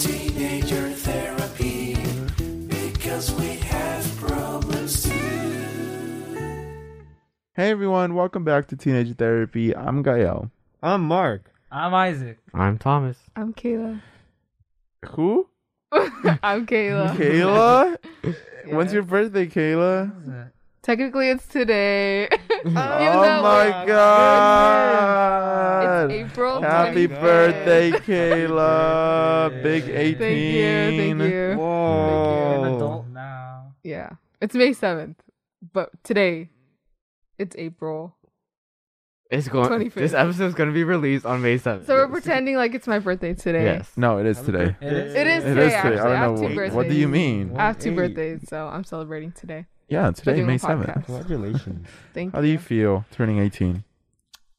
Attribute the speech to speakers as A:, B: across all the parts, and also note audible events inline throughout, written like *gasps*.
A: Teenager therapy, because we have problems too.
B: Hey everyone, welcome back to Teenage Therapy. I'm Gael.
C: I'm Mark.
D: I'm Isaac.
E: I'm Thomas.
F: I'm Kayla.
B: Who?
F: *laughs* I'm Kayla. *laughs*
B: Kayla? When's
F: Yeah.
B: your birthday, Kayla?
D: Uh,
F: Technically, it's today. *laughs* Even
B: oh
F: though
B: my god!
F: It's April.
B: Happy
F: 25th. *laughs*
B: birthday, Kayla! Big
D: Thank you,
F: Thank you.
B: 18.
F: Thank you.
D: You're
E: Oh.
D: an
C: Whoa.
D: adult now.
F: Yeah. It's May 7th, but today, it's April.
E: It's going.
F: 25th.
E: This episode's gonna be released on May seventh.
F: So we're pretending like it's my birthday today.
E: Yes.
B: No, it is today.
D: It is.
F: It is
B: It
F: today,
B: is
F: actually.
B: today.
F: I
B: I
F: have
B: don't
F: two
B: know.
F: birthdays.
B: What do you mean?
F: I have two
C: Eight.
F: birthdays, so I'm celebrating today.
B: Yeah, today,
F: doing
B: May
F: a podcast.
B: 7th.
C: Congratulations.
F: Thank
B: How
F: you.
B: do you feel turning 18?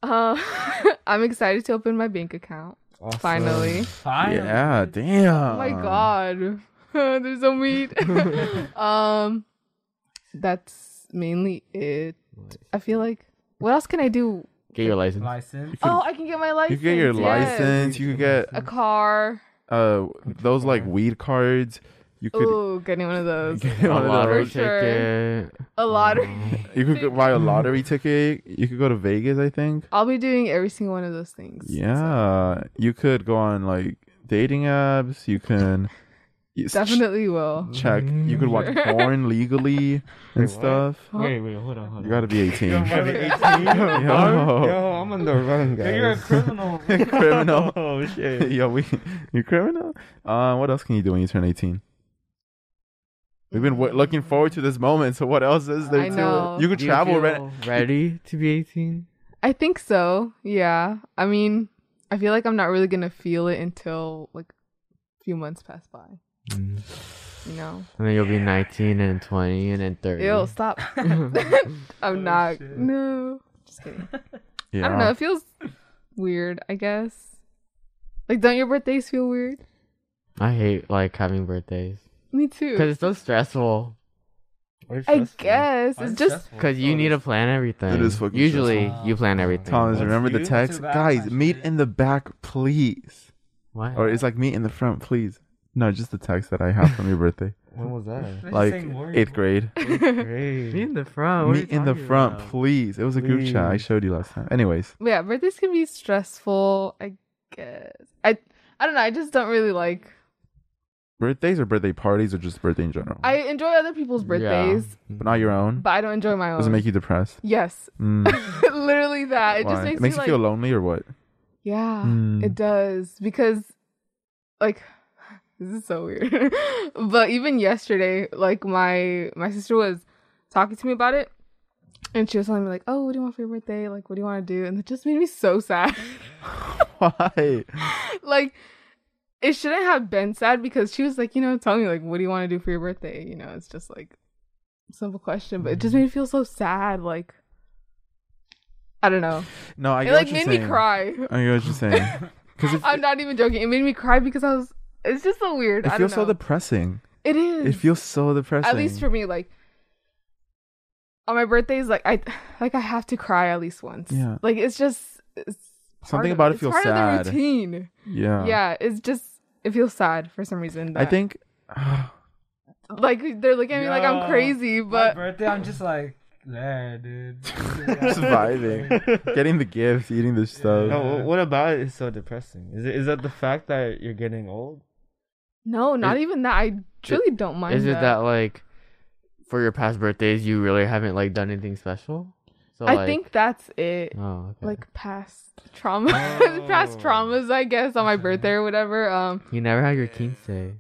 F: Uh, *laughs* I'm excited to open my bank account.
C: Awesome.
F: Finally.
D: Fine.
B: Yeah, damn.
F: Oh my god. *laughs* There's
B: *laughs*
F: no meat. um that's mainly it. I feel like what else can I do?
E: Get your license.
D: *laughs* License.
F: Oh, I can get my
B: You
F: license.
B: can get your
F: yes.
B: license, you could get
F: A car.
B: uh those like weed cards. You could
F: Ooh, getting one of those.
B: get um,
E: A
B: one of
E: lottery
B: those.
E: ticket.
F: A lottery.
B: You could go buy a lottery ticket. You could go to Vegas, I think.
F: *laughs* I'll be doing every single one of those things.
B: Yeah, you could go on like dating apps. You
F: *laughs*
B: can you s-
F: Definitely will.
B: check. You could
F: *laughs*
B: watch
F: Sure.
B: porn legally and
C: what?
B: stuff.
E: *laughs* Wait, wait, hold on, hold on.
B: You gotta be
C: Yo,
B: 18.
C: I'm
E: *laughs*
C: 18.
B: *laughs* Yo,
C: Yo, I'm on the run, guys.
D: You're a criminal.
B: *laughs*
E: *laughs*
B: criminal. *laughs*
C: Oh shit.
B: Yo, we you criminal. Uh, what else can you do when you turn 18? We've been w- looking forward to this moment. So what else is there
F: I
B: to
F: know.
B: it? You could
E: Do you
B: travel.
E: feel
B: right?
E: ready to be eighteen?
F: I think so. Yeah. I mean, I feel like I'm not really gonna feel it until like a few months pass by.
B: Mm.
F: You know?
E: And then you'll be nineteen and twenty and then thirty.
F: Ew, stop. I'm
E: *laughs*
F: not.
D: Oh, shit.
F: No. Just kidding.
B: yeah.
F: I don't know. It feels weird, I guess. Like, don't your birthdays feel weird?
E: I hate like having birthdays
F: Me
E: because
F: too.
E: it's so stressful.
F: I guess.
D: Mine's
F: It's just.
D: stressful.
E: Because you need to plan everything.
B: It is fucking
E: Usually
D: stressful.
E: you plan everything.
B: Thomas,
C: What's
B: remember the
C: you?
B: text,
D: Too bad,
B: guys.
D: my
B: Meet
D: shit.
B: in the back, please.
E: What?
B: Or it's like meet in the front, please. No, just the text that I have from your
E: *laughs*
B: birthday,
C: When was that?
D: They're
B: like
D: saying word-
B: eighth grade. *laughs*
E: me
C: Great.
E: in the front. Oh, what are you
B: Meet in the
E: talking
B: front,
E: about?
B: please. It was a group chat I
C: Please.
B: showed you last time. Anyways,
F: But *laughs* yeah, birthdays can be stressful, I guess. I, I don't know. I just don't really like.
B: birthdays or birthday parties or just birthday in general,
F: I enjoy other people's birthdays,
B: but not your own.
F: but I don't enjoy my own.
B: Does it make you
F: *laughs*
B: depressed?
F: Yes.
B: Mm,
F: Literally that. It
B: why?
F: just makes,
B: it makes you
F: me like,
B: feel lonely or what?
F: Yeah,
B: Mm.
F: it does because, like, *sighs* this is so weird. *laughs* but even yesterday, like my my sister was talking to me about it, and she was telling me like, "Oh, what do you want for your birthday? Like, what do you want to do?" And it just made me so sad.
B: *laughs*
F: *laughs*
B: Why?
F: like, it shouldn't have been sad because she was like, you know, telling me like, "What do you want to do for your birthday?" You know, it's just like simple question, but it
B: Mm.
F: just made me feel so sad. Like, I don't know.
B: No, I
F: It
B: get what
F: like
B: you're
F: made me
B: saying.
F: cry.
B: I get what you're
F: *laughs*
B: saying. Because it,
F: I'm not even joking. It made me cry because I was. It's just so weird.
B: it
F: I
B: feels
F: don't know.
B: so depressing.
F: it is.
B: It feels so depressing.
F: At least for me, like on my birthdays, like I, like I have to cry at least once.
B: Yeah.
F: Like it's just it's part
B: Something
F: of-
B: about it
F: it's
B: feels
F: part
B: sad.
F: Of the routine.
B: yeah.
F: yeah. It's just it feels sad for some reason.
B: I
F: that-
B: think. *sighs*
F: like they're looking at me like
D: Yo,
F: I'm crazy,
D: My
F: but
D: birthday, I'm just like, there, dude.
B: surviving, *laughs* getting the gifts, eating the stuff.
C: No, wh- what about it is so depressing? Is it is that the fact that you're getting old?
F: no, not
E: Is-
F: even that. I truly don't mind.
E: Is it that like for your past birthdays you really haven't like done anything special? So
F: I
E: like,
F: think that's it.
E: oh okay.
F: Like past trauma, *laughs* past
C: Oh.
F: traumas, I guess, on my birthday or whatever. Um,
E: you never had your quince. day.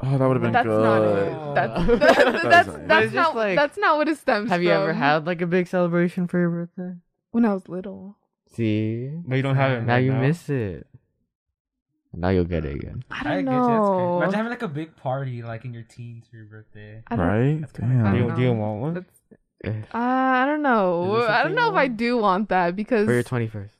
B: Oh, that would have been
F: That's
B: good.
F: not
D: Oh.
F: it. That's *laughs* that's that's,
B: But it's
F: that's
E: just
F: not
E: like-
F: that's not what it stems
E: Have you ever
F: from.
E: had like a big celebration for your birthday?
F: when I was little?
E: See,
C: But you don't have it.
E: now
C: right
E: you miss it. Now you'll get it again.
F: I
D: I
F: don't
D: get you. That's crazy.
F: know.
D: Imagine having like a big party, like in your teens for your birthday.
F: I don't,
B: right?
D: That's kinda
B: Damn.
C: Do
F: I
C: you,
F: don't
C: do you
F: know.
C: want one?
F: That's-
E: Eh,
F: Uh, I don't know.
E: Is there
F: I don't know if I
E: something-
F: do want that because
E: For your twenty first.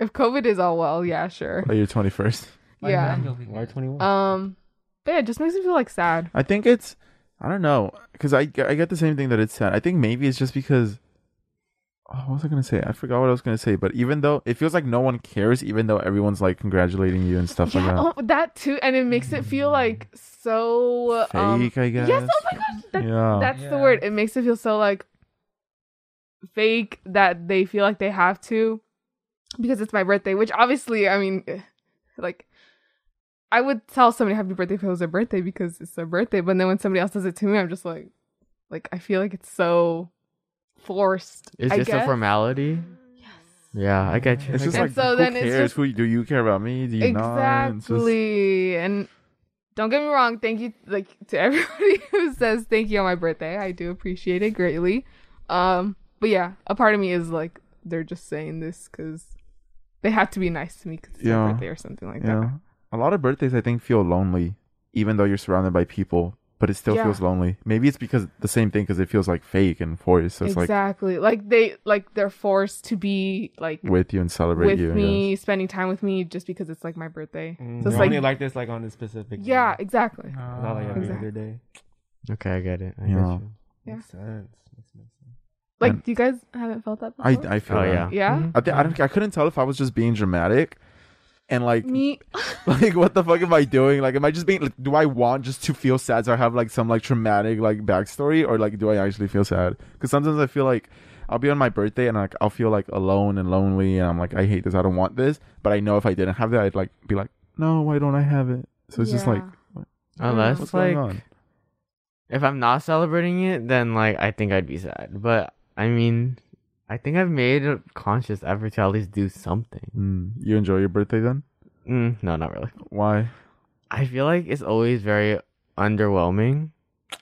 F: if COVID is all well, yeah, sure.
B: Oh, you're 21st.
D: By
F: Yeah.
D: then you'll be
C: Why
D: good.
C: 21?
F: Um, but yeah, it just makes me feel like sad.
B: I think it's, I don't know, because I, ge- I get the same thing that it said. I think maybe it's just because oh, what was I gonna say? I forgot what I was gonna say. But even though it feels like no one cares, even though everyone's like congratulating you and stuff like
F: Yeah,
B: that.
F: oh, that too, and it makes it feel like so. um,
B: Fake, I guess.
F: Yes. Oh my gosh, that,
B: yeah.
F: that's the
D: Yeah.
F: word. It makes it feel so like fake that they feel like they have to because it's my birthday. Which obviously, I mean, eh, like I would tell somebody happy birthday if it was their birthday because it's their birthday. But then when somebody else does it to me, I'm just like, like I feel like it's so forced.
E: It's
F: I
E: just a
F: guess.
E: formality. Yes. Yeah, I get you.
B: it's
E: I
B: just
E: get
B: like
F: And so
B: who
F: then it's
B: cares?
F: just-
B: who do you care about me? Do you not? It's just-
F: Exactly. And don't get me wrong, thank you like to everybody *laughs* who says thank you on my birthday. I do appreciate it greatly. Um but yeah, a part of me is like they're just saying this cuz they have to be nice to me cuz it's
B: Yeah.
F: my birthday or something like
B: yeah.
F: that.
B: A lot of birthdays, I think, feel lonely, even though you're surrounded by people, but it still
F: Yeah.
B: feels lonely. Maybe it's because the same thing, because it feels like fake and forced. So it's
F: exactly. Like, they like they're forced to be like
B: like with you and celebrate
F: with
B: you. I
F: me, spending time with me just because it's like my birthday.
C: Mm,
F: So it's
C: you're
F: like
C: only like this like on a specific.
F: yeah,
C: day.
F: exactly.
C: Not like every
F: Exactly.
C: other day.
E: you. Okay, I get it. I
B: Yeah.
E: get you.
F: Yeah.
C: Makes sense. Makes no sense.
F: Like
B: And-
F: do you guys haven't felt that
B: guess.
F: before?
B: I, I feel
E: Oh
B: that.
E: yeah.
F: yeah.
B: I, think I, don't, I couldn't tell if I was just being dramatic and like,
F: Me
B: *laughs* like what the fuck am I doing? Like, am I just being, like, do I want just to feel sad so I have like some like traumatic like backstory or like do I actually feel sad? Because sometimes I feel like I'll be on my birthday and like I'll feel like alone and lonely and I'm like, I hate this, I don't want this. But I know if I didn't have that, I'd like be like, no, why don't I have it? So it's just like,
F: Yeah.
E: Unless
B: what's
E: like
B: going on?
E: if I'm not celebrating it, then like I think I'd be sad. But I mean, I think I've made a conscious effort to at least do something.
B: Mm, you enjoy your birthday then?
E: Mm, no, not really.
B: Why?
E: I feel like it's always very underwhelming.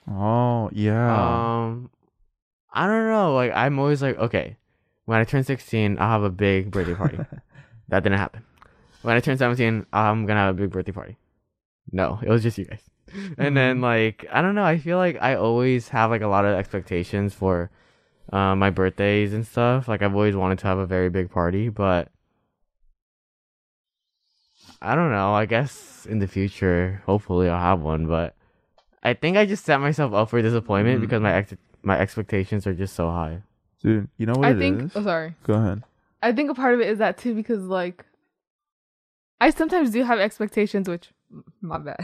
B: Oh yeah,
E: Um, I don't know. Like I'm always like, okay, when I turn 16, I'll have a big birthday party. that didn't happen. When I turn 17, I'm gonna have a big birthday party. No, it was just you guys. And
F: Mm-hmm.
E: then like I don't know. I feel like I always have like a lot of expectations for uh, my birthdays and stuff. Like I've always wanted to have a very big party, but I don't know. I guess in the future, hopefully, I'll have one. But I think I just set myself up for disappointment
B: Mhm.
F: Mm-hmm.
E: because my ex- my expectations are just so high.
B: dude. You know what
F: I
B: it is?
F: think oh, sorry.
B: Go ahead.
F: I think a part of it is that too because like I sometimes do have expectations, which my bad.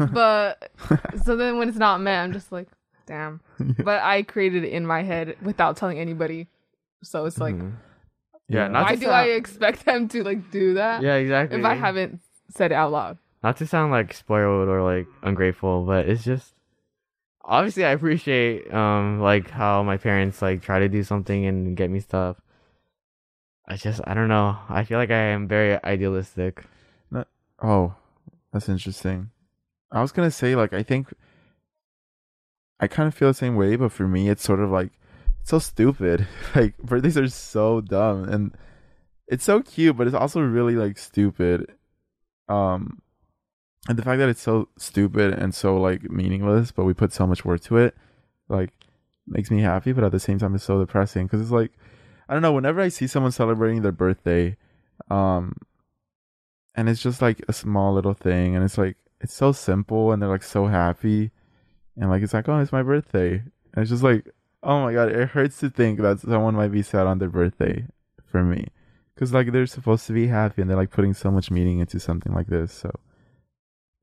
F: *laughs*
B: *laughs*
F: but so then when it's not met, I'm just like, damn. But I created it in my head without telling anybody. So it's
B: Mm-hmm.
F: like,
E: Mhm.
B: Yeah,
E: yeah, not
F: why
E: to
F: do
E: sound-
F: I expect them to like do that
E: yeah, exactly.
F: uh, if I haven't said it out loud?
E: not to sound like spoiled or like ungrateful, but it's just obviously I appreciate um like how my parents like try to do something and get me stuff. I just I don't know. I feel like I am very idealistic.
B: Oh, that's interesting. I was gonna say like I think I kind of feel the same way, but for me it's sort of like it's so stupid. *laughs* Like birthdays are so dumb, and it's so cute, but it's also really like stupid. Um, and the fact that it's so stupid and so like meaningless, but we put so much work to it, like makes me happy, but at the same time it's so depressing because it's like I don't know. Whenever I see someone celebrating their birthday, um, and it's just like a small little thing and it's like it's so simple and they're like so happy and like it's like oh it's my birthday and it's just like oh my god it hurts to think that someone might be sad on their birthday for me because like they're supposed to be happy and they're like putting so much meaning into something like this so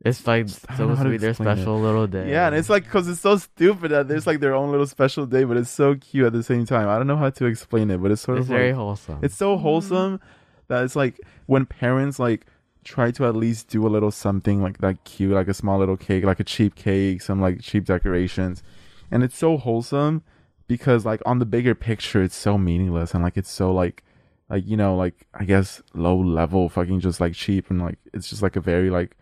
E: It's like
B: Just- I don't know
E: supposed
B: how
E: to
B: to
E: be their
B: explain it.
E: special little day.
B: yeah and it's like because it's so stupid that there's like their own little special day but it's so cute at the same time i don't know how to explain it but it's sort
E: it's
B: of like,
E: very wholesome.
B: It's so wholesome that it's like when parents like try to at least do a little something like that cute, like a small little cake, like a cheap cake, some like cheap decorations. And it's so wholesome because like on the bigger picture it's so meaningless and like it's so like like you know, like I guess low level fucking just like cheap and like it's just like a very like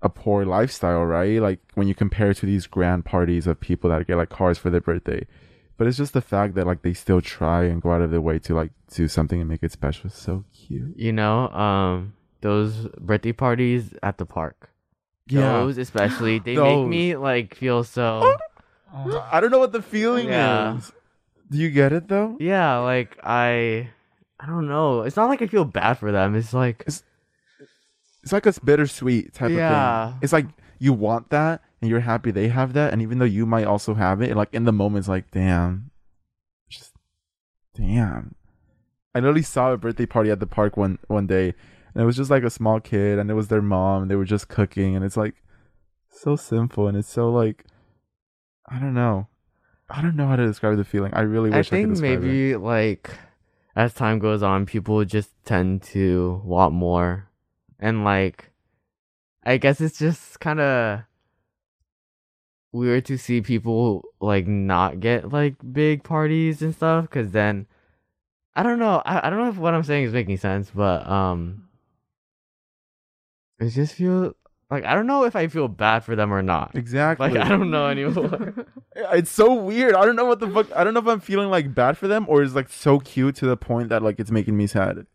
B: a poor lifestyle, right? Like when you compare it to these grand parties of people that get like cars for their birthday. But it's just the fact that like they still try and go out of their way to like do something and make it special. It's so cute.
E: you know, um those birthday parties at the park. Those
B: *gasps*
E: especially, they make
B: Those.
E: me like feel
B: *gasps*
E: so
D: Oh,
B: I don't know what the feeling
E: Yeah.
B: is. Do you get it though?
E: Yeah, like I I don't know. It's not like I feel bad for them. It's like
B: It's like a bittersweet type of
E: Yeah.
B: thing. It's like you want that and you're happy they have that, and even though you might also have it, like in the moment, it's like, damn, just damn. I literally saw a birthday party at the park one one day, and it was just like a small kid, and it was their mom, and they were just cooking, and it's like so simple, and it's so like, I don't know, I don't know how to describe the feeling. I really
E: I
B: wish I, could
E: think
B: describe it.
E: maybe like as time goes on, people just tend to want more, and like I guess it's just kind of weird to see people like not get like big parties and stuff because then I don't know. I, I don't know if what I'm saying is making sense, but um, it just feel like I don't know if I feel bad for them or not.
B: exactly.
E: Like I don't know
B: *laughs*
E: anymore.
B: it's so weird. I don't know what the fuck. I don't know if I'm feeling like bad for them or it's like so cute to the point that like it's making me sad.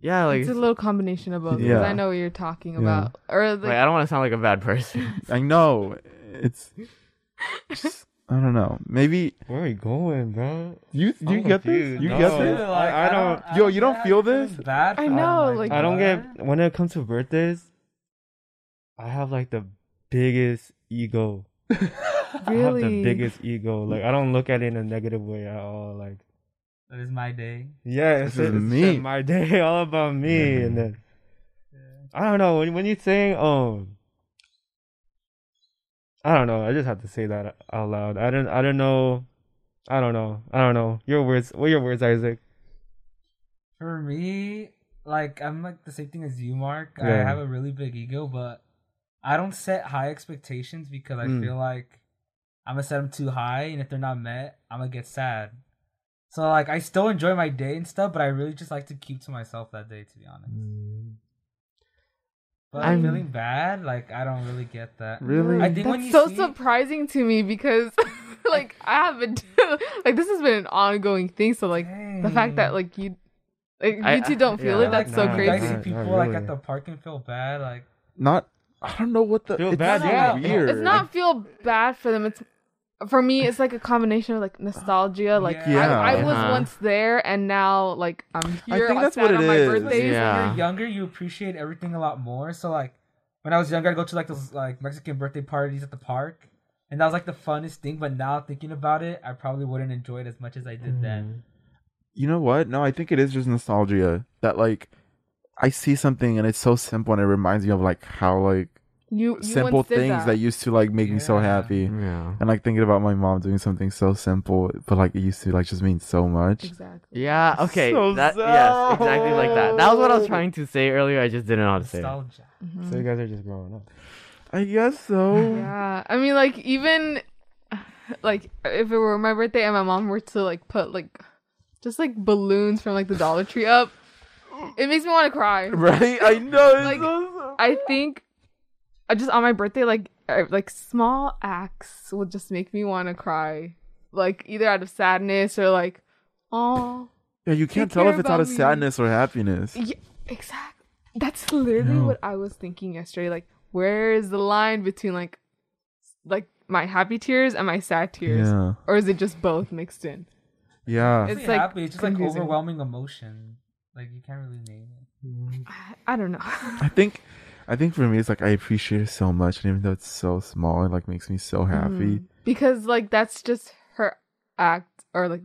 E: yeah, like
F: it's a little combination of both. 'cause
B: Yeah.
F: I know what you're talking
B: Yeah.
F: about. Or
E: Like,
F: like,
E: I don't want to sound like a bad person.
B: I know. It's. just- I don't know. Maybe
C: Where are you going, bro?
B: you
C: I'm
B: you get this.
C: confused.
B: You
C: No.
B: get this.
C: Oh, Dude, I- I don't-
B: yo, you don't
D: yeah,
B: feel
D: I'm feeling
B: this?
D: Bad
F: I
D: for them,
F: know, like-
C: I don't
D: what?
C: get when it comes to birthdays. I have like the biggest ego. I have the
F: really?
C: biggest ego. Like I don't look at it in a negative way at all. Like
D: That is my day.
C: yeah, it's,
B: This is
C: it's
B: me.
C: my day, *laughs* all about me. And then I don't know when when you saying um. I don't know. I just have to say that out loud. I don't. I don't know. I don't know. I don't know. Your words. What are your words, Isaac?
D: For me, like I'm like the same thing as you, Mark.
C: Yeah.
D: I have a really big ego, but I don't set high expectations because I
C: Mm.
D: feel like I'm gonna set them too high, and if they're not met, I'm gonna get sad. So like I still enjoy my day and stuff, but I really just like to keep to myself that day, to be honest.
C: Hmm.
D: But I'm
E: I'm-
D: feeling bad. Like I don't really get that.
B: Really?
D: I think when
F: That's
D: you
F: so
D: see-
F: surprising to me because, *laughs* like, I haven't *laughs* like this has been an ongoing thing. So like the fact that
D: Dang.
F: like you, like
E: I-
F: you two don't
E: I-
F: feel
E: yeah.
F: it. That's so
C: Nah,
D: You guys
F: crazy.
D: see
C: Not-
D: people
C: not
D: like at
C: really.
D: the park and feel bad. Like
B: Not. I don't know what the.
C: Feel
B: it's
C: bad,
B: so
D: yeah.
B: Weird.
F: It's not feel bad for them. It's for me. It's like a combination of like nostalgia. Like
B: Yeah.
F: I, I was
E: Uh-huh.
F: once there, and now like I'm
B: I
F: here.
B: think
F: on-
B: that's what
F: on
B: it
F: my
B: is.
F: birthdays.
E: Yeah.
B: Uh-huh.
D: when you're younger, you appreciate everything a lot more. So like when I was younger, I'd go to like those like Mexican birthday parties at the park, and that was like the funnest thing. But now thinking about it, I probably wouldn't enjoy it as much as I did
B: Mm,
D: then.
B: You know what? No, I think it is just nostalgia that like I see something and it's so simple and it reminds me of like how like
F: You, you
B: simple
F: once did
B: things that. used to like make me so
D: Yeah.
B: happy.
E: yeah.
B: And like thinking about my mom doing something so simple, but like it used to like just mean so much.
F: exactly.
E: Yeah, okay.
B: So
E: that, yes, exactly like that. That was what I was
B: sad.
E: trying to say earlier. I just didn't know how to say it.
D: Nostalgia.
C: So you guys are just growing up.
B: I guess so. *laughs*
F: Yeah, I mean, like even like if it were my birthday and my mom were to like put like just like balloons from like the Dollar Tree up, it makes me want to cry.
B: Right? I know. It's
F: Like-
B: so simple.
F: I think I just on my birthday, like uh, like small acts will just make me want to cry, like either out of sadness or like, oh,
B: yeah, you can't
F: They
B: tell
F: care
B: if it's out
F: about
B: of
F: me.
B: sadness or happiness.
F: yeah, exactly. That's literally
B: No.
F: what I was thinking yesterday. Like, where is the line between like, like my happy tears and my sad tears,
B: Yeah.
F: or is it just both mixed in?
B: Yeah.
F: It's,
D: It's
F: like,
D: like happy. It's just like
F: confusing.
D: overwhelming emotion. Like you can't really name it.
F: I, I don't know.
B: I think I think for me it's like I appreciate it so much and even though it's so small, it like makes me so happy.
F: Hmm. because like that's just her act, or like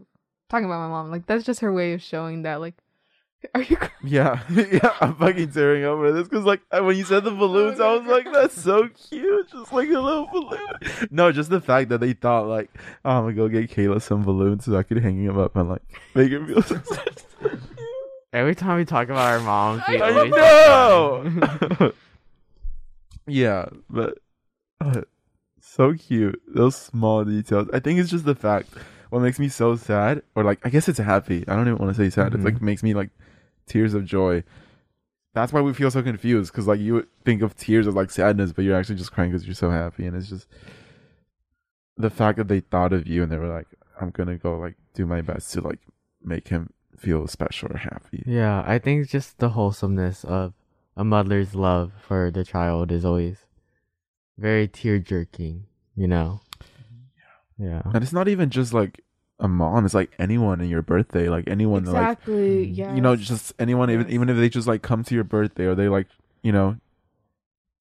F: talking about my mom. Like that's just her way of showing that. Like, *laughs* are you? crying?
B: Yeah, *laughs* yeah, I'm fucking tearing up over this because, like, I- when you said the balloons, I was like, "That's so cute, just like a little balloon." No, just the fact that they thought, like, oh, "I'm gonna go get Kayla some balloons so I could hang them up and like make her feel." *laughs* so special."
E: Every time we talk about our moms, we
F: I
E: always.
B: no. yeah, but uh, so cute. Those small details. I think it's just the fact. What makes me so sad, or like, I guess it's happy. I don't even want to say sad. It's like makes me like tears of joy. That's why we feel so confused because like you think of tears as like sadness, but you're actually just crying because you're so happy, and it's just the fact that they thought of you and they were like, "I'm gonna go like do my best to like make him feel special or happy."
E: Yeah, I think it's just the wholesomeness of a mother's love for the child is always very tear jerking, you know? Yeah.
B: And it's not even just like a mom, it's like anyone in your birthday, like anyone like mm,
F: exactly. yeah.
B: you know, just anyone even even if they just like come to your birthday or they like, you know,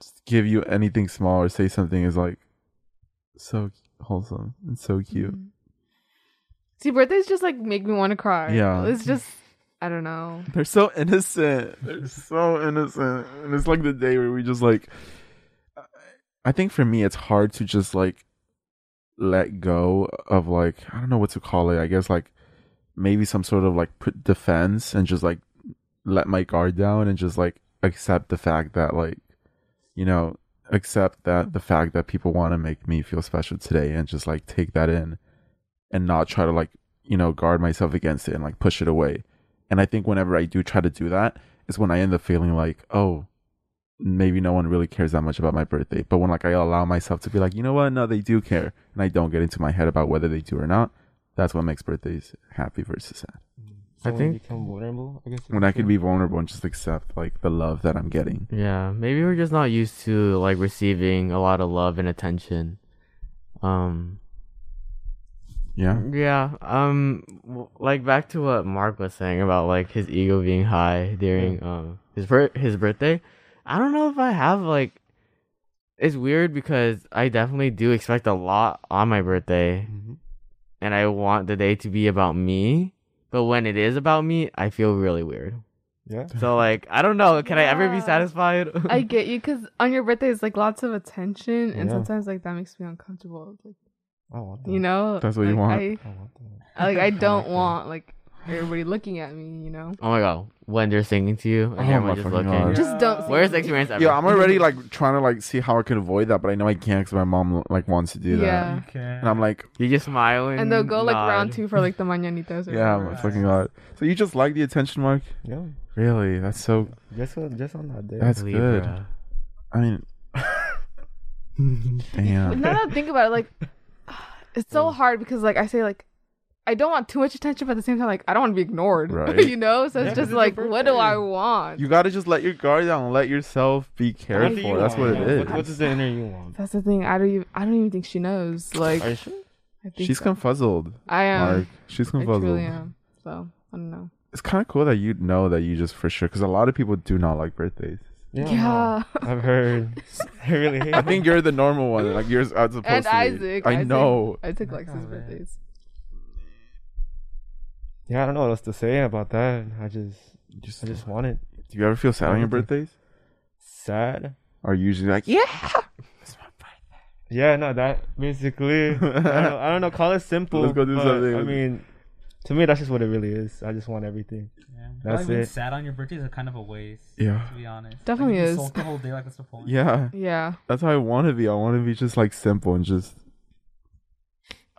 B: just give you anything small or say something is like so wholesome and so cute.
F: Mm-hmm. See, birthdays just like make me want to cry.
B: Yeah.
F: It's just, I
B: *laughs*
F: don't know.
B: They're so innocent. They're so innocent. And it's like the day where we just like I think for me it's hard to just like let go of like I don't know what to call it. I guess like maybe some sort of like pr- defense and just like let my guard down and just like accept the fact that like you know accept that the fact that people want to make me feel special today and just like take that in and not try to like you know guard myself against it and like push it away and I think whenever I do try to do that is when I end up feeling like, oh, maybe no one really cares that much about my birthday. But when like I allow myself to be like, you know what, no, they do care, and I don't get into my head about whether they do or not, that's what makes birthdays happy versus sad.
C: So
E: I
C: when you
E: think-
C: become vulnerable. I guess you
B: When I could
C: become-
B: be vulnerable and just accept like the love that I'm getting.
E: Yeah, maybe we're just not used to like receiving a lot of love and attention. Um
B: Yeah.
E: yeah, um w- like back to what Mark was saying about like his ego being high during um his bir- his birthday. I don't know if I have like it's weird because I definitely do expect a lot on my birthday
F: Mm-hmm.
C: Mhm.
E: and I want the day to be about me, but when it is about me, I feel really weird.
C: Yeah.
F: *laughs*
E: So like, I don't know, can I ever be
F: Yeah.
E: satisfied? *laughs*
F: I get you because on your birthday is like lots of attention, and
C: Yeah.
F: sometimes like that makes me uncomfortable. Like,
C: I want that.
F: you know,
B: That's what you
F: Like,
B: want.
F: I,
C: I want that.
B: *laughs*
F: I- like I don't
C: that.
F: want like everybody looking at me. You know,
E: Oh my god, when they're singing to you and
B: Oh my
E: everyone's just
B: fucking
E: looking.
B: God.
F: just don't. say
E: Worst
F: anything.
E: experience ever.
B: Yeah, I'm already like trying to like see how I can avoid that, but I know I can't because my mom like wants to do that,
F: Yeah.
D: You can.
B: and I'm like,
E: You just smile and,
F: And they'll go like round
E: nod.
F: two for like the mañanitas.
B: *laughs*
F: Or
B: yeah,
F: whatever.
B: my fucking god. So you just like the attention, Mark?
C: Yeah.
B: Really? That's so.
C: Just on, just on that day. *laughs*
B: That's good.
E: Libra.
B: I mean,
F: But
B: damn.
F: now that I think about it, like *sighs* it's so hard because like I say like I don't want too much attention, but at the same time like I don't want to be ignored. *laughs*
B: Right.
F: you know, so it's
C: Yeah, 'cause it's
F: just
C: your
F: like what do
C: birthday.
F: I want?
B: You gotta just let your guard down. Let yourself be
C: What do
B: careful.
C: you
B: That's what
C: want?
B: it
C: Yeah,
B: is.
C: What, what is the inner you want?
F: That's the thing. I don't even I don't even think she knows. Like
C: Are you sure?
F: I think
B: She's
F: so.
B: confuzzled.
F: I am.
B: Mark. She's
F: I
B: confuzzled.
F: truly am. So I don't know.
B: It's kind of cool that you know that you just for sure, because a lot of people do not like birthdays.
C: Yeah.
F: Yeah.
C: I've heard. *laughs* I really hate.
B: I think you're the normal one. Like yours as opposed
F: And
B: to me.
F: Isaac.
B: I
F: Isaac-
B: know.
F: *laughs* I took Lex's
D: man.
F: birthdays.
C: Yeah, I don't know what else to say about that. I just,
B: Just,
C: I just want it
B: do you ever feel sad on your
C: Everything.
B: birthdays?
C: sad.
B: Are you usually *laughs* like, yeah,
C: Yeah, no, that
B: *laughs*
C: basically. I don't know. I don't know call it simple.
B: Let's go do
C: but,
B: something.
C: I mean, to me, that's just what it really is. I just want everything.
D: Yeah.
C: That's
D: Probably being
C: it.
D: sad on your birthday is a kind of a waste.
B: Yeah.
D: To be honest.
F: Definitely
D: like, you
F: is.
D: sulk the whole day like that's the point.
B: yeah.
F: Yeah.
B: That's how I want to be. I want to be just like simple and just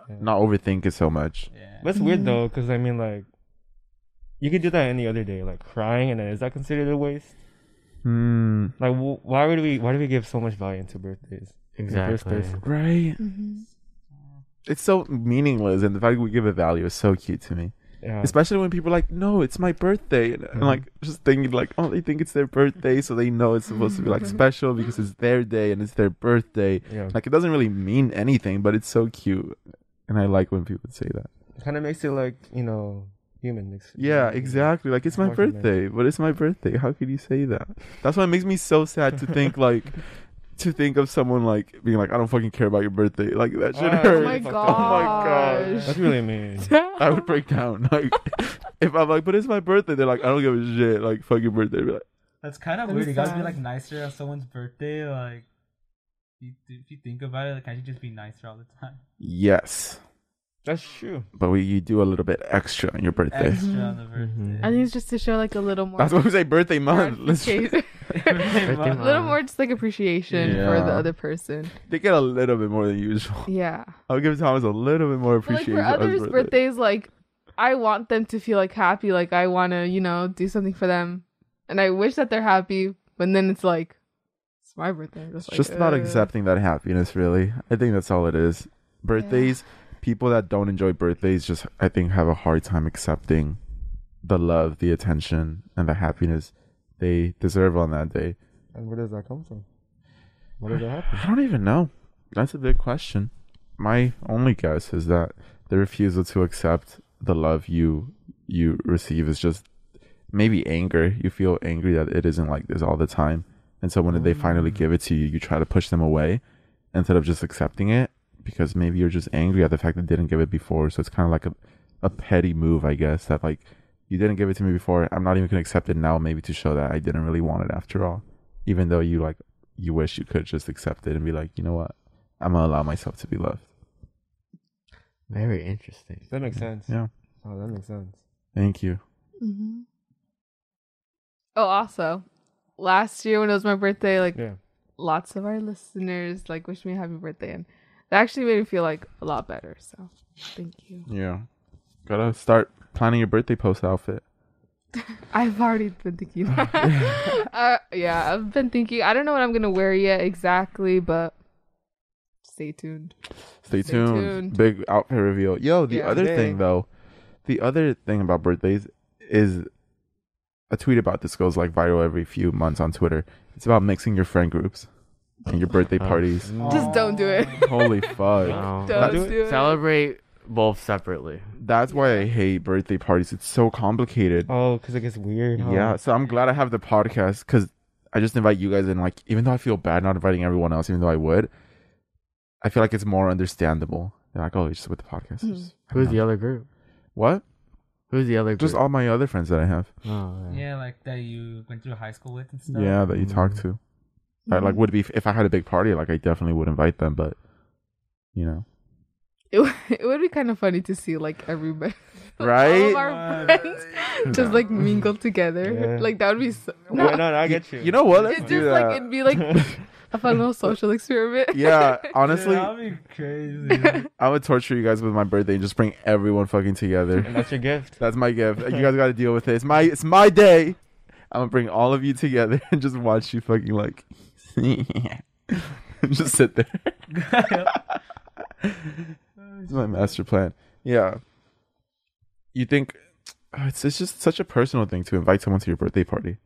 C: Yeah.
B: not overthink it so much.
D: Yeah.
C: That's
B: Mm-hmm.
C: weird though, because I mean, like, you could do that any other day, like crying, and then is that considered a waste?
B: Hmm.
C: Like, wh- why would we? Why do we give so much value into birthdays?
E: Exactly.
C: place.
B: Right.
C: Mm-hmm.
B: It's so meaningless, and the fact that we give it value is so cute to me.
C: Yeah.
B: especially when people are like no it's my birthday and,
C: Mm-hmm.
B: and, like just thinking like oh they think it's their birthday so they know it's supposed to be like special because it's their day and it's their birthday
C: yeah.
B: like it doesn't really mean anything but it's so cute and i like when people say that
C: It kind of makes it like you know human. It's-
B: yeah exactly like it's my
C: Fucking nice.
B: birthday but it's my birthday how could you say that that's why it makes me so sad to
C: *laughs*
B: think like *laughs* to think of someone like being like i don't fucking care about your birthday like that should
C: Ah,
B: hurt
F: Oh my
C: Fucked
F: gosh.
C: up. Oh
B: my
C: That's really mean.
F: *laughs*
B: I would break down. *laughs* Like if I'm like, but it's my birthday, they're like, I don't give a shit. Like fuck your birthday. I'd be like,
D: That's kind of
F: That
D: weird.
F: is
D: You gotta be
F: sad.
D: like nicer on someone's birthday. Like, if you, if you think about it, like, can't you just be nicer all the time?
B: yes,
C: That's true.
B: but we, you do a little bit extra on your birthday.
D: Extra on the birthday.
F: I think it's just to show like a little
B: *laughs*
F: more
B: That's why we say birthday month. *laughs* Let's
F: appreciation-
D: *laughs*
B: *laughs*
F: *laughs*
D: Pretty
E: Birthday
F: a
D: much.
F: little more just like appreciation for the
B: Uh-huh. Yeah.
F: other person.
B: they get a little bit more than usual. *laughs*
F: Yeah. *sighs*
B: I'll give Thomas a little bit more
F: But, like
B: appreciation.
F: for
B: on his
F: others' birthdays, like I want them to feel like happy. Like I want to, you know, do something for them, and I wish that they're happy. But then it's like, it's my birthday.
B: It's
F: Just, like,
B: just about
F: uh,
B: accepting that happiness. Really, I think that's all it is. Birthdays, people that don't enjoy birthdays, just I think have a hard time accepting the love, the attention, and the happiness they deserve on that day.
C: And where does that come from? What did that happen?
B: I don't even know. That's a big question. My only guess is that the refusal to accept the love you you receive is just maybe anger. You feel angry that it isn't like this all the time. And so when they finally give it to you, you try to push them away instead of just accepting it because maybe you're just angry at the fact that they didn't give it before. So it's kind of like a, a petty move, I guess, that like you didn't give it to me before. I'm not even gonna accept it now, maybe to show that I didn't really want it after all. Even though you like you wish you could just accept it and be like, you know what? I'm gonna allow myself to be loved.
E: Very interesting.
C: That makes sense.
B: Yeah.
C: Oh, that makes sense.
B: Thank you.
F: Mm-hmm. Oh, also, last year when it was my birthday, like
C: Yeah.
F: lots of our listeners like wished me a happy birthday, and that actually made me feel like a lot better. So, thank you.
B: Yeah. Gotta start planning your birthday post outfit.
F: I've already been thinking. *laughs* uh, yeah, I've been thinking. I don't know what I'm gonna wear yet exactly, but stay tuned.
B: Stay,
F: Stay
B: tuned.
F: tuned.
B: Big outfit reveal. Yo, the
F: Yeah.
B: other
C: Today.
B: thing though, the other thing about birthdays is a tweet about this goes like viral every few months on Twitter. It's about mixing your friend groups and your *laughs* birthday
E: Oh.
B: parties.
F: Just don't
D: *laughs*
F: do it.
B: Holy fuck.
E: No.
F: Don't
B: do
F: do
B: it.
F: it.
E: Celebrate both separately.
B: That's why I hate birthday parties. It's so complicated.
C: Oh, because it gets weird. huh?
B: Yeah, so I'm glad I have the podcast because I just invite you guys in. Like, even though I feel bad not inviting everyone else, even though I would, I feel like it's more understandable. They're like, oh, it's just with the podcast. Just-
E: Who's the other group?
B: What?
E: Who's the other group?
B: Just all my other friends that I have.
E: oh, yeah.
D: Yeah, like that you went through high school with and stuff.
B: yeah, that you talk to. I
F: Mm-hmm.
B: like would be if I had a big party, like I definitely would invite them, but you know,
F: It, w- *laughs* it would be kind of funny to see like everybody, *laughs* all
B: right?
F: of our friends,
B: *laughs*
F: just like mingle together.
C: Yeah.
F: Like that would be so. *laughs*
C: No, no, no, I get you.
B: You know what? Let's
F: It's
B: do
F: just
B: that.
F: like it'd be like a fun little social experiment. *laughs*
B: yeah, honestly,
D: that'd *laughs* be crazy.
B: I would torture you guys with my birthday and just bring everyone fucking together.
C: *laughs* And that's your gift.
B: That's my gift. You guys got to deal with it. It's my it's my day. I'm gonna bring all of you together and just watch you fucking like, *laughs* just sit
F: *laughs*
B: there. It's my master plan. Yeah. You think oh, it's it's just such a personal thing to invite someone to your birthday party,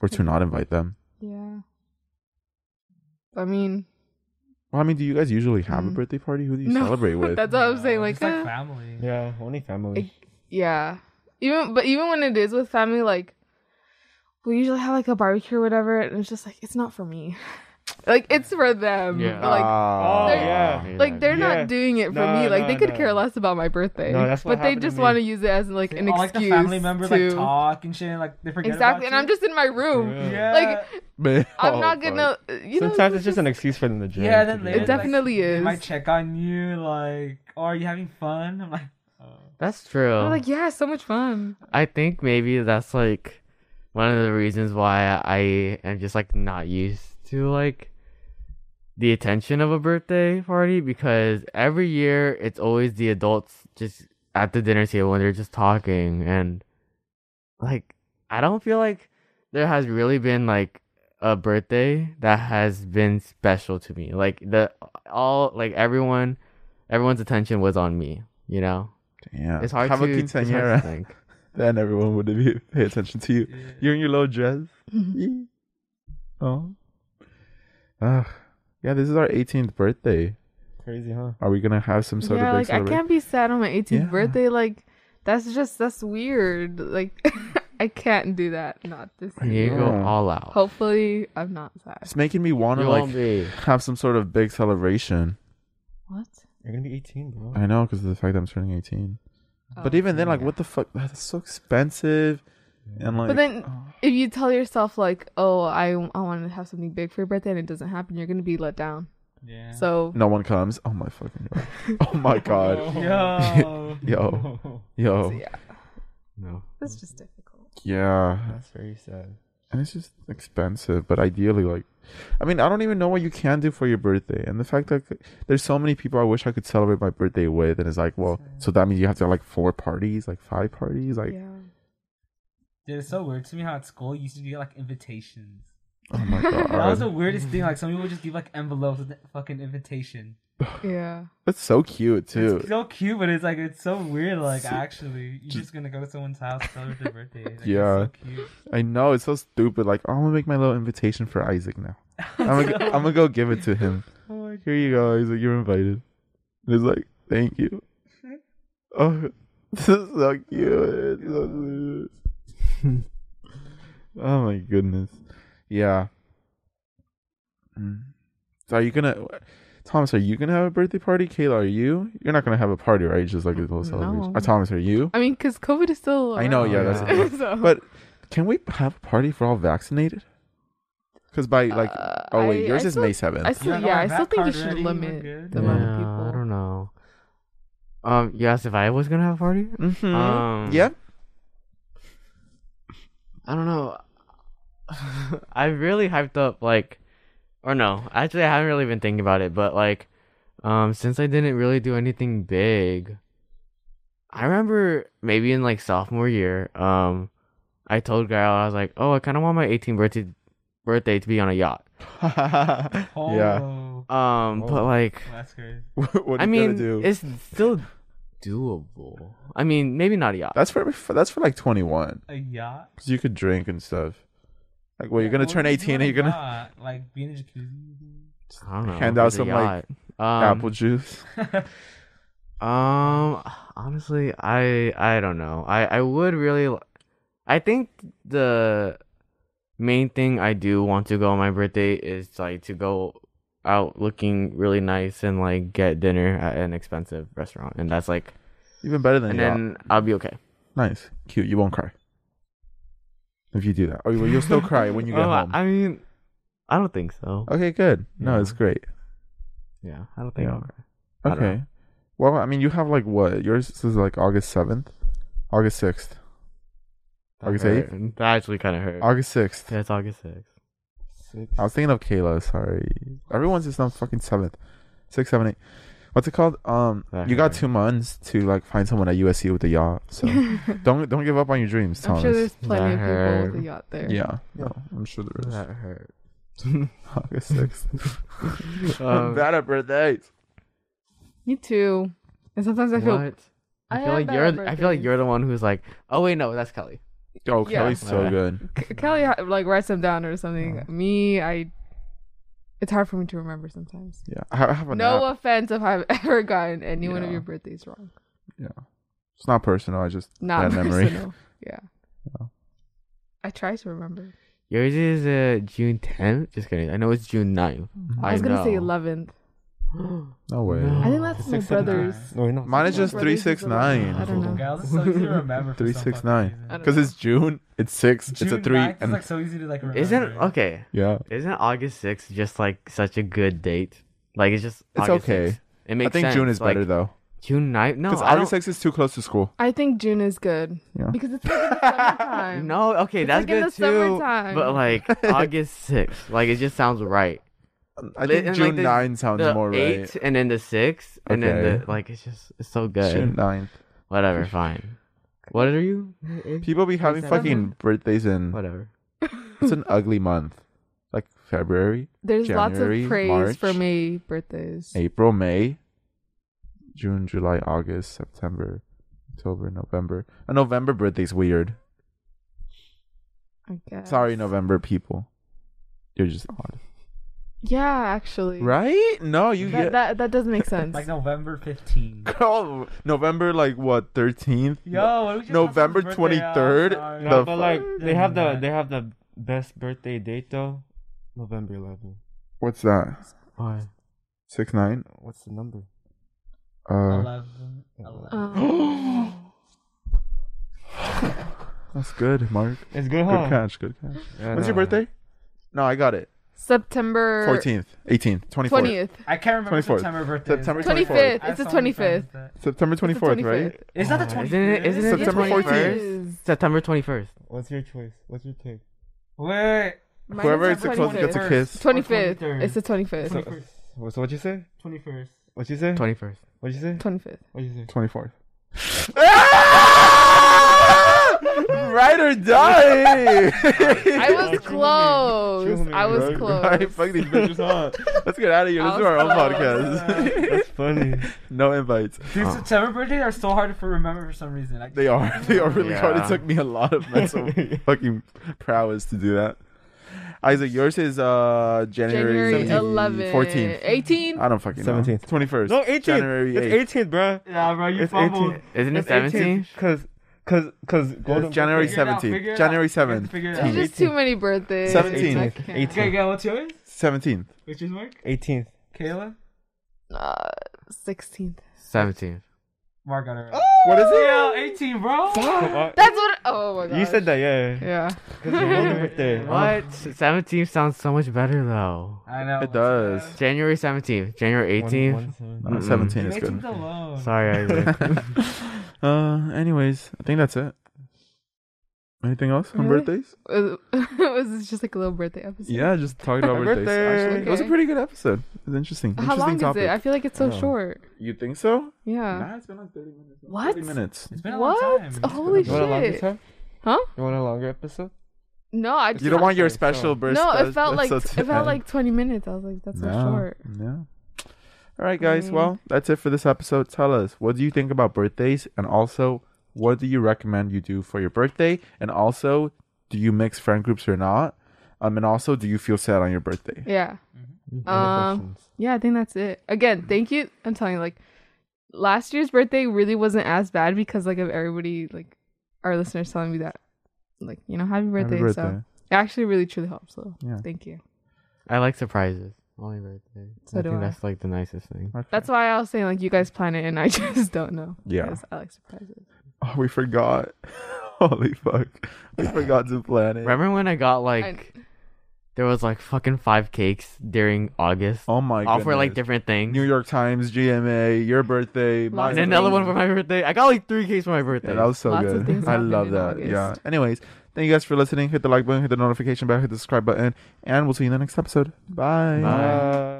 B: or
F: Mm-hmm.
B: to not invite them.
F: Yeah. I mean,
B: Well, I mean, do you guys usually have a
F: Mhm.
B: birthday party? Who do you
F: No, *laughs*
B: celebrate with?
F: that's what I'm saying. Like,
D: just like
F: uh,
D: family.
C: Yeah, only family.
F: yeah. Even but even when it is with family, like we usually have like a barbecue or whatever, and it's just like it's not for me. *laughs* like it's for them.
E: Yeah.
F: Like
B: Ah.
C: Oh,
F: they're-
C: yeah.
F: like they're
C: Yeah.
F: not doing it for
C: No,
F: me. Like they
C: no,
F: could
C: no.
F: care less about my birthday.
C: No, that's what
F: but they
C: happened to
F: just
C: me.
F: want to use it as like an
D: All,
F: excuse
D: like the family members
F: to
D: like talk and shit, and, like they forget about
F: exactly. And I'm
D: you.
F: just in my room.
D: yeah,
F: Like
B: Man,
F: I'm
B: oh,
F: not
B: fuck. *laughs*
F: gonna. You know,
C: Sometimes it's just an excuse for them to drink.
D: yeah. Then
C: to be
D: later,
F: It
C: honest.
F: definitely
D: like,
F: is.
D: They might check on you, like, oh, are you having fun? I'm like,
E: That's true.
F: I'm like yeah, so much fun.
E: I think maybe that's like one of the reasons why I am just like not used to like the attention of a birthday party because every year it's always the adults just at the dinner table and they're just talking and like I don't feel like there has really been like a birthday that has been special to me. Like the all like everyone everyone's attention was on me, you know?
B: Damn.
E: It's hard
B: have
E: to
B: *laughs* a
E: *laughs* it's hard to
B: quinceañera.
E: think.
B: then everyone would be, pay attention to you. You're in your little dress.
F: Mm-hmm.
B: oh. Ugh. yeah, this is our 18th birthday.
C: Crazy, huh?
B: Are we gonna have some sort
F: yeah,
B: of
F: like
B: big
F: I
B: celebration?
F: can't be sad on my 18th
B: Yeah.
F: birthday. Like that's just that's weird. Like *laughs* I can't do that. Not this
B: I
E: You
F: year.
E: go
B: Yeah.
E: all out.
F: Hopefully, I'm not sad.
B: It's making me want to
E: you
B: like
E: won't be.
B: have some sort of big celebration.
F: What?
C: You're gonna be 18, bro.
B: I know because of the fact that I'm turning 18. but
F: Oh.
B: even then, like, what the fuck? That's so expensive. And like, oh.
F: But then, if you tell yourself like, "Oh, I I want to have something big for your birthday," and it doesn't happen, you're gonna be let down.
D: yeah.
F: So
B: no one comes. Oh my fucking god. *laughs* Oh
F: *laughs*
B: my god.
D: Yo.
B: *laughs* *laughs* Yo, yo,
F: yeah,
E: No.
F: that's just difficult.
B: yeah.
C: *laughs* That's very sad.
B: And it's just expensive, but ideally, like, I mean, I don't even know what you can do for your birthday. And the fact that there's so many people I wish I could celebrate my birthday with, and it's like, well, so that means you have to have like four parties, like five parties, like,
F: yeah,
D: Dude, it's so weird to me how at school you used to get like invitations.
B: oh
D: *laughs*
B: my god,
D: That was the weirdest thing. Like some people would just give like envelopes with the fucking invitation.
F: yeah.
B: that's so cute too.
D: It's so cute, but it's like it's so weird. Like actually, you're just gonna go to someone's house celebrate their birthday. Like,
B: *laughs*
D: it's
B: Yeah.
D: so cute.
B: I know it's so stupid. Like, oh, I'm gonna make my little invitation for Isaac now. I'm gonna, I'm gonna go give it to him. Here you go, Isaac. You're invited. And it's like, thank you. Oh, *laughs* this is so cute. It's so cute. oh my goodness. Yeah. Mm. So are you gonna? Thomas, are you gonna have a birthday party? Kayla, are you? You're not gonna have a party, right? Just like this whole celebration.
F: No.
B: Uh, Thomas, are you?
F: I mean, because COVID is still.
B: I know, yeah,
F: around.
B: that's it.
F: *laughs* so,
B: But can we have a party if we're all vaccinated? Because by like,
F: uh,
B: oh wait,
F: I-
B: yours
F: I
B: is
F: still-
B: May seventh.
F: I still,
D: got
F: yeah,
D: my
F: I still
D: back
F: think you
D: card
F: should
D: ready, we're
F: limit
D: good.
F: the
E: yeah,
F: amount of
E: I
F: people.
E: don't know. Um, you asked if I was gonna have a party.
B: mm-hmm. *laughs*
E: Um,
B: yeah,
E: I don't know. *laughs* I really hyped up like, or no, actually I haven't really been thinking about it, but like, um, since I didn't really do anything big, I remember maybe in like sophomore year, um, I told Gail I was like, oh, I kind of want my 18th birthday birthday to be on a yacht.
D: Oh,
B: yeah.
E: Um, but
B: Oh.
E: like,
D: that's crazy.
B: *laughs* what are
E: I
B: you
E: mean,
B: gonna do?
E: it's still doable. I mean, maybe not a yacht.
B: That's for, for that's for like twenty one.
D: A yacht.
B: Because you could drink and stuff. Like, well, you're
D: Yeah,
B: gonna
D: what
B: turn
D: would you
B: eighteen, and
D: do on
B: you're
D: a
B: *laughs* gonna
D: yacht? like be in a jacuzzi.
E: I don't know.
B: Hand out
E: it's a
B: some, like,
E: yacht. Um,
B: apple juice. *laughs*
E: Um, honestly, I I don't know. I I would really, l- I think the main thing I do want to go on my birthday is like to go out looking really nice and like get dinner at an expensive restaurant, and that's like,
B: Even better than
E: and
B: yacht.
E: then I'll be okay.
B: Nice, cute. You won't cry if you do that. Oh, well, you'll still cry when
E: *laughs*
B: you get
E: Oh, I-
B: home.
E: I mean, I don't think so.
B: okay, good. No,
E: Yeah.
B: it's great.
E: Yeah, I don't think
B: Yeah.
E: I'll cry. I don't
B: Okay. Well, I mean, you have like what? Yours is like August seventh, August sixth,
E: That
B: August
E: hurt. That actually kind of hurt.
B: August sixth.
E: Yeah, it's August sixth.
B: I was thinking of Kayla. Sorry, everyone's just on fucking seventh, six, seven, eight. What's it called? Um,
E: That
B: you got
E: hurt.
B: two months to like find someone at USC with a yacht.
F: *laughs*
B: So don't don't give up on your dreams,
F: I'm
B: Thomas.
F: sure there's plenty of people
E: That
F: with a yacht there.
B: Yeah, no, I'm sure there is.
E: That hurt.
B: *laughs* August sixth. I'm
E: *laughs* Um,
B: bad at birthdays.
F: Me too. And sometimes I feel
E: What?
F: I
E: I feel
F: am
E: like
F: bad
E: you're.
F: at
E: I feel like
F: birthdays.
E: you're the one who's like, oh wait, no, that's Kelly.
B: Oh,
F: Yeah.
B: Kelly's so
E: Yeah.
B: good.
F: K- Kelly ha- like writes them down or something. Me, I. It's hard for me to remember sometimes.
B: Yeah, I I have a
F: No
B: nap.
F: offense if I've *laughs* ever gotten any one of
B: Yeah.
F: your birthdays wrong.
B: It's not personal. I just
F: Not
B: Bad memory.
F: *laughs* personal. Yeah.
B: No.
F: I try to remember.
E: Yours is uh, June 10th. Just kidding. I know it's June 9th.
B: Mm-hmm.
F: I, was gonna say
E: know.
F: 11th.
B: no way.
E: No.
F: I think that's my
C: Six and nine.
F: brother's.
C: No, you're not.
B: Mine is
F: My
B: just
F: brother's
B: three
F: is
B: six
F: 11th. I
B: nine.
F: don't know.
D: Girls, it's so
B: *laughs*
D: easy to remember. for some
B: 369.
D: fucking
F: I
D: reason.
F: don't
B: Because it's June, it's six,
D: June
B: it's a three,
D: 9th is,
B: and
D: like so easy to like
E: *gasps*
D: remember.
E: Isn't okay?
B: yeah.
E: Isn't August 6th just like such a good date? Like it's just.
B: It's
E: August
B: okay.
E: 6th. It
B: I
E: makes.
B: think June
E: sense,
B: is better
E: like,
B: though.
E: June 9th. No,
B: Because
E: I
B: August
E: don't-
B: six is too close to school.
F: I think June is good
B: Yeah.
F: because it's like in
B: *laughs*
F: the summertime.
E: No, okay,
F: It's,
E: that's
F: like, in
E: good
F: the
E: too.
F: summertime.
E: But like August 6th, like it just sounds right.
B: Um, I
E: Li-
B: think
E: and, like,
B: June
E: the-
B: nine sounds
E: the
B: more right.
E: 8th and then the 6th and then
B: Okay.
E: the like it's just it's so good.
B: June 9th. *laughs*
E: Whatever, fine. What are you?
B: People be having
E: Seven.
B: fucking birthdays in
E: Whatever.
B: it's an ugly month. Like February,
F: There's lots
B: January,
F: of praise
B: March,
F: for May birthdays.
B: April, May, June, July, August, September, October, November. A November birthday's weird.
F: I guess.
B: Sorry, November people. You're just odd.
F: Yeah, actually.
B: Right? No, you
F: That,
B: get
F: that that does
B: *laughs*
F: make sense.
D: Like November 15th.
B: Girl, November like what, thirteenth?
D: Yo, what did we just talk about
B: November
D: his birthday? I'm
B: 23rd?
D: sorry.
B: The
C: No, but like they have the they have the best birthday date though, November 11th.
B: What's that?
E: Why?
B: Six nine?
C: What's the number?
B: Uh
D: 11, 11.
B: *gasps*
F: Um,
B: that's good, Mark.
C: It's
B: Good
C: good, huh?
B: catch, good catch.
C: Yeah,
B: When's your
C: no.
B: birthday? No, I got it.
F: September
B: Fourteenth, eighteenth, twenty fourth.
F: Er, twentieth,
D: I can't remember
B: 24th.
D: September birthday.
B: September
F: twenty
B: twenty
F: fifth.
B: fourth.
F: It's the twenty fifth.
B: September twenty fourth, right?
D: It's not the
E: Oh,
D: 25th.
E: isn't it- isn't it
B: September 14th.
E: September 21st.
C: What's your choice? What's your take?
D: Wait.
B: Whoever is the closest gets a kiss.
F: Twenty fifth.
D: 23rd.
F: It's the twenty fifth.
C: So,
D: 21st.
C: so what you say?
D: 21st.
C: What you say?
E: 21st.
C: What you say?
F: Twenty fifth.
B: *laughs*
C: What you say?
B: Twenty fourth. *laughs* right or die.
F: *laughs* I was
C: Shoot me. Shoot
F: close.
C: me,
F: I was
C: bro.
B: Right,
F: close.
B: fuck these bitches on. Let's get out of here. Let's
F: I
B: do our own
F: was
B: podcast.
C: That's funny.
B: *laughs* no invites.
D: Dude,
E: Oh.
D: September birthdays are so hard to remember for some reason. Like,
B: They are. They are really hard. It
E: Yeah.
B: took me a lot of
C: *laughs*
B: mental *laughs* fucking prowess to do that. Isaac, yours is uh January
F: January
B: 17th,
F: eleventh,
B: 14th.
F: Eighteen.
B: I don't fucking know.
C: 17th.
B: 21st.
C: No, 18th.
B: January 8th.
C: It's 18th, bro.
D: Yeah, bro, you
C: It's
D: fumbled.
C: 18th.
E: Isn't it
C: It's
E: 17th?
C: Cause, cause, cause Golden
B: It's January
D: Figure it out,
B: 17th.
D: figure it
B: January
D: out. You have
B: 7th.
D: to Figure it
F: There's
D: out.
F: just too many birthdays.
B: Seventeen.
F: I can't.
C: Eighteen.
D: Okay, go. What's yours?
B: 17th.
D: Which is Mark?
C: 18th.
D: Kayla?
F: uh, 16th.
E: 17th.
D: Mark got it
F: Oh!
D: right.
B: What is it?
D: Yeah, 18, bro.
C: Come on.
F: *laughs* That's what. Oh my god.
C: You said that, yeah.
F: Yeah.
C: Because you
F: *laughs*
C: rolled right there.
E: What? 17th sounds so much better though.
D: I know.
B: It does.
E: January 17th, January 18th.
B: No,
E: Mm-mm.
B: Seventeen is
D: Leave 18th
B: good.
D: alone.
E: Sorry,
B: *laughs*
E: Isaac.
B: uh, anyways, I think that's it. Anything else on
F: Really?
B: birthdays?
F: Was, was this just like a little birthday episode?
B: Yeah, just talking about
C: Happy
B: birthdays.
C: birthday.
B: Actually, it was a
F: Okay.
B: pretty good episode. It's interesting.
F: How long
B: interesting topic.
F: is it? I feel like it's so
C: Oh.
F: short.
B: You think so?
F: Yeah.
B: Nah, it's been like thirty minutes.
F: What?
B: Thirty minutes.
D: It's been a long
F: What?
D: time.
F: Holy
C: You want a longer
F: shit.
C: time?
F: Huh?
C: You want a longer episode?
F: No, I just
B: You don't want your
C: Okay, so-
B: special birthday.
F: *laughs* No, it felt like it felt like 20 minutes. I was like, that's so short.
B: No. All right, guys.
F: mean-
B: Well, that's it for this episode. Tell us what do you think about birthdays, and also what do you recommend you do for your birthday, and also do you mix friend groups or not? Um, and also do you feel sad on your birthday?
F: Yeah.
B: Mm-hmm.
C: Any
F: Um,
C: questions?
F: Yeah, I think that's it. Again, thank you. I'm telling you, like last year's birthday really wasn't as bad because like of everybody like our listeners telling me that like, you know, happy birthday.
B: Happy
F: So it actually really truly helps. So
B: Yeah.
F: thank you.
E: I like surprises. Only birthday.
F: So
E: I
F: do
E: think
F: I.
E: that's like the nicest thing.
B: Okay.
F: That's why I was saying like you guys plan it and I *laughs* just don't know.
B: Yeah.
F: 'Cause I like surprises.
B: *laughs* oh, we forgot. *laughs* Holy fuck, we forgot to plan it.
E: Remember when I got like there was like fucking five cakes during August,
B: Oh my
E: all
B: god.
E: for like different things.
B: New York Times, GMA, your birthday, my
E: and
F: Lots of
E: another
F: things.
E: one for my birthday. I got like three cakes for my birthday.
B: Yeah, that was so
F: Lots of
B: good. *laughs*
F: things
B: I
F: happened
B: love
F: in
B: that. Yeah.
F: August.
B: Anyways, thank you guys for listening. Hit the like button, hit the notification bell, hit the subscribe button, and we'll see you in the next episode. Bye.
E: Bye.
C: Uh,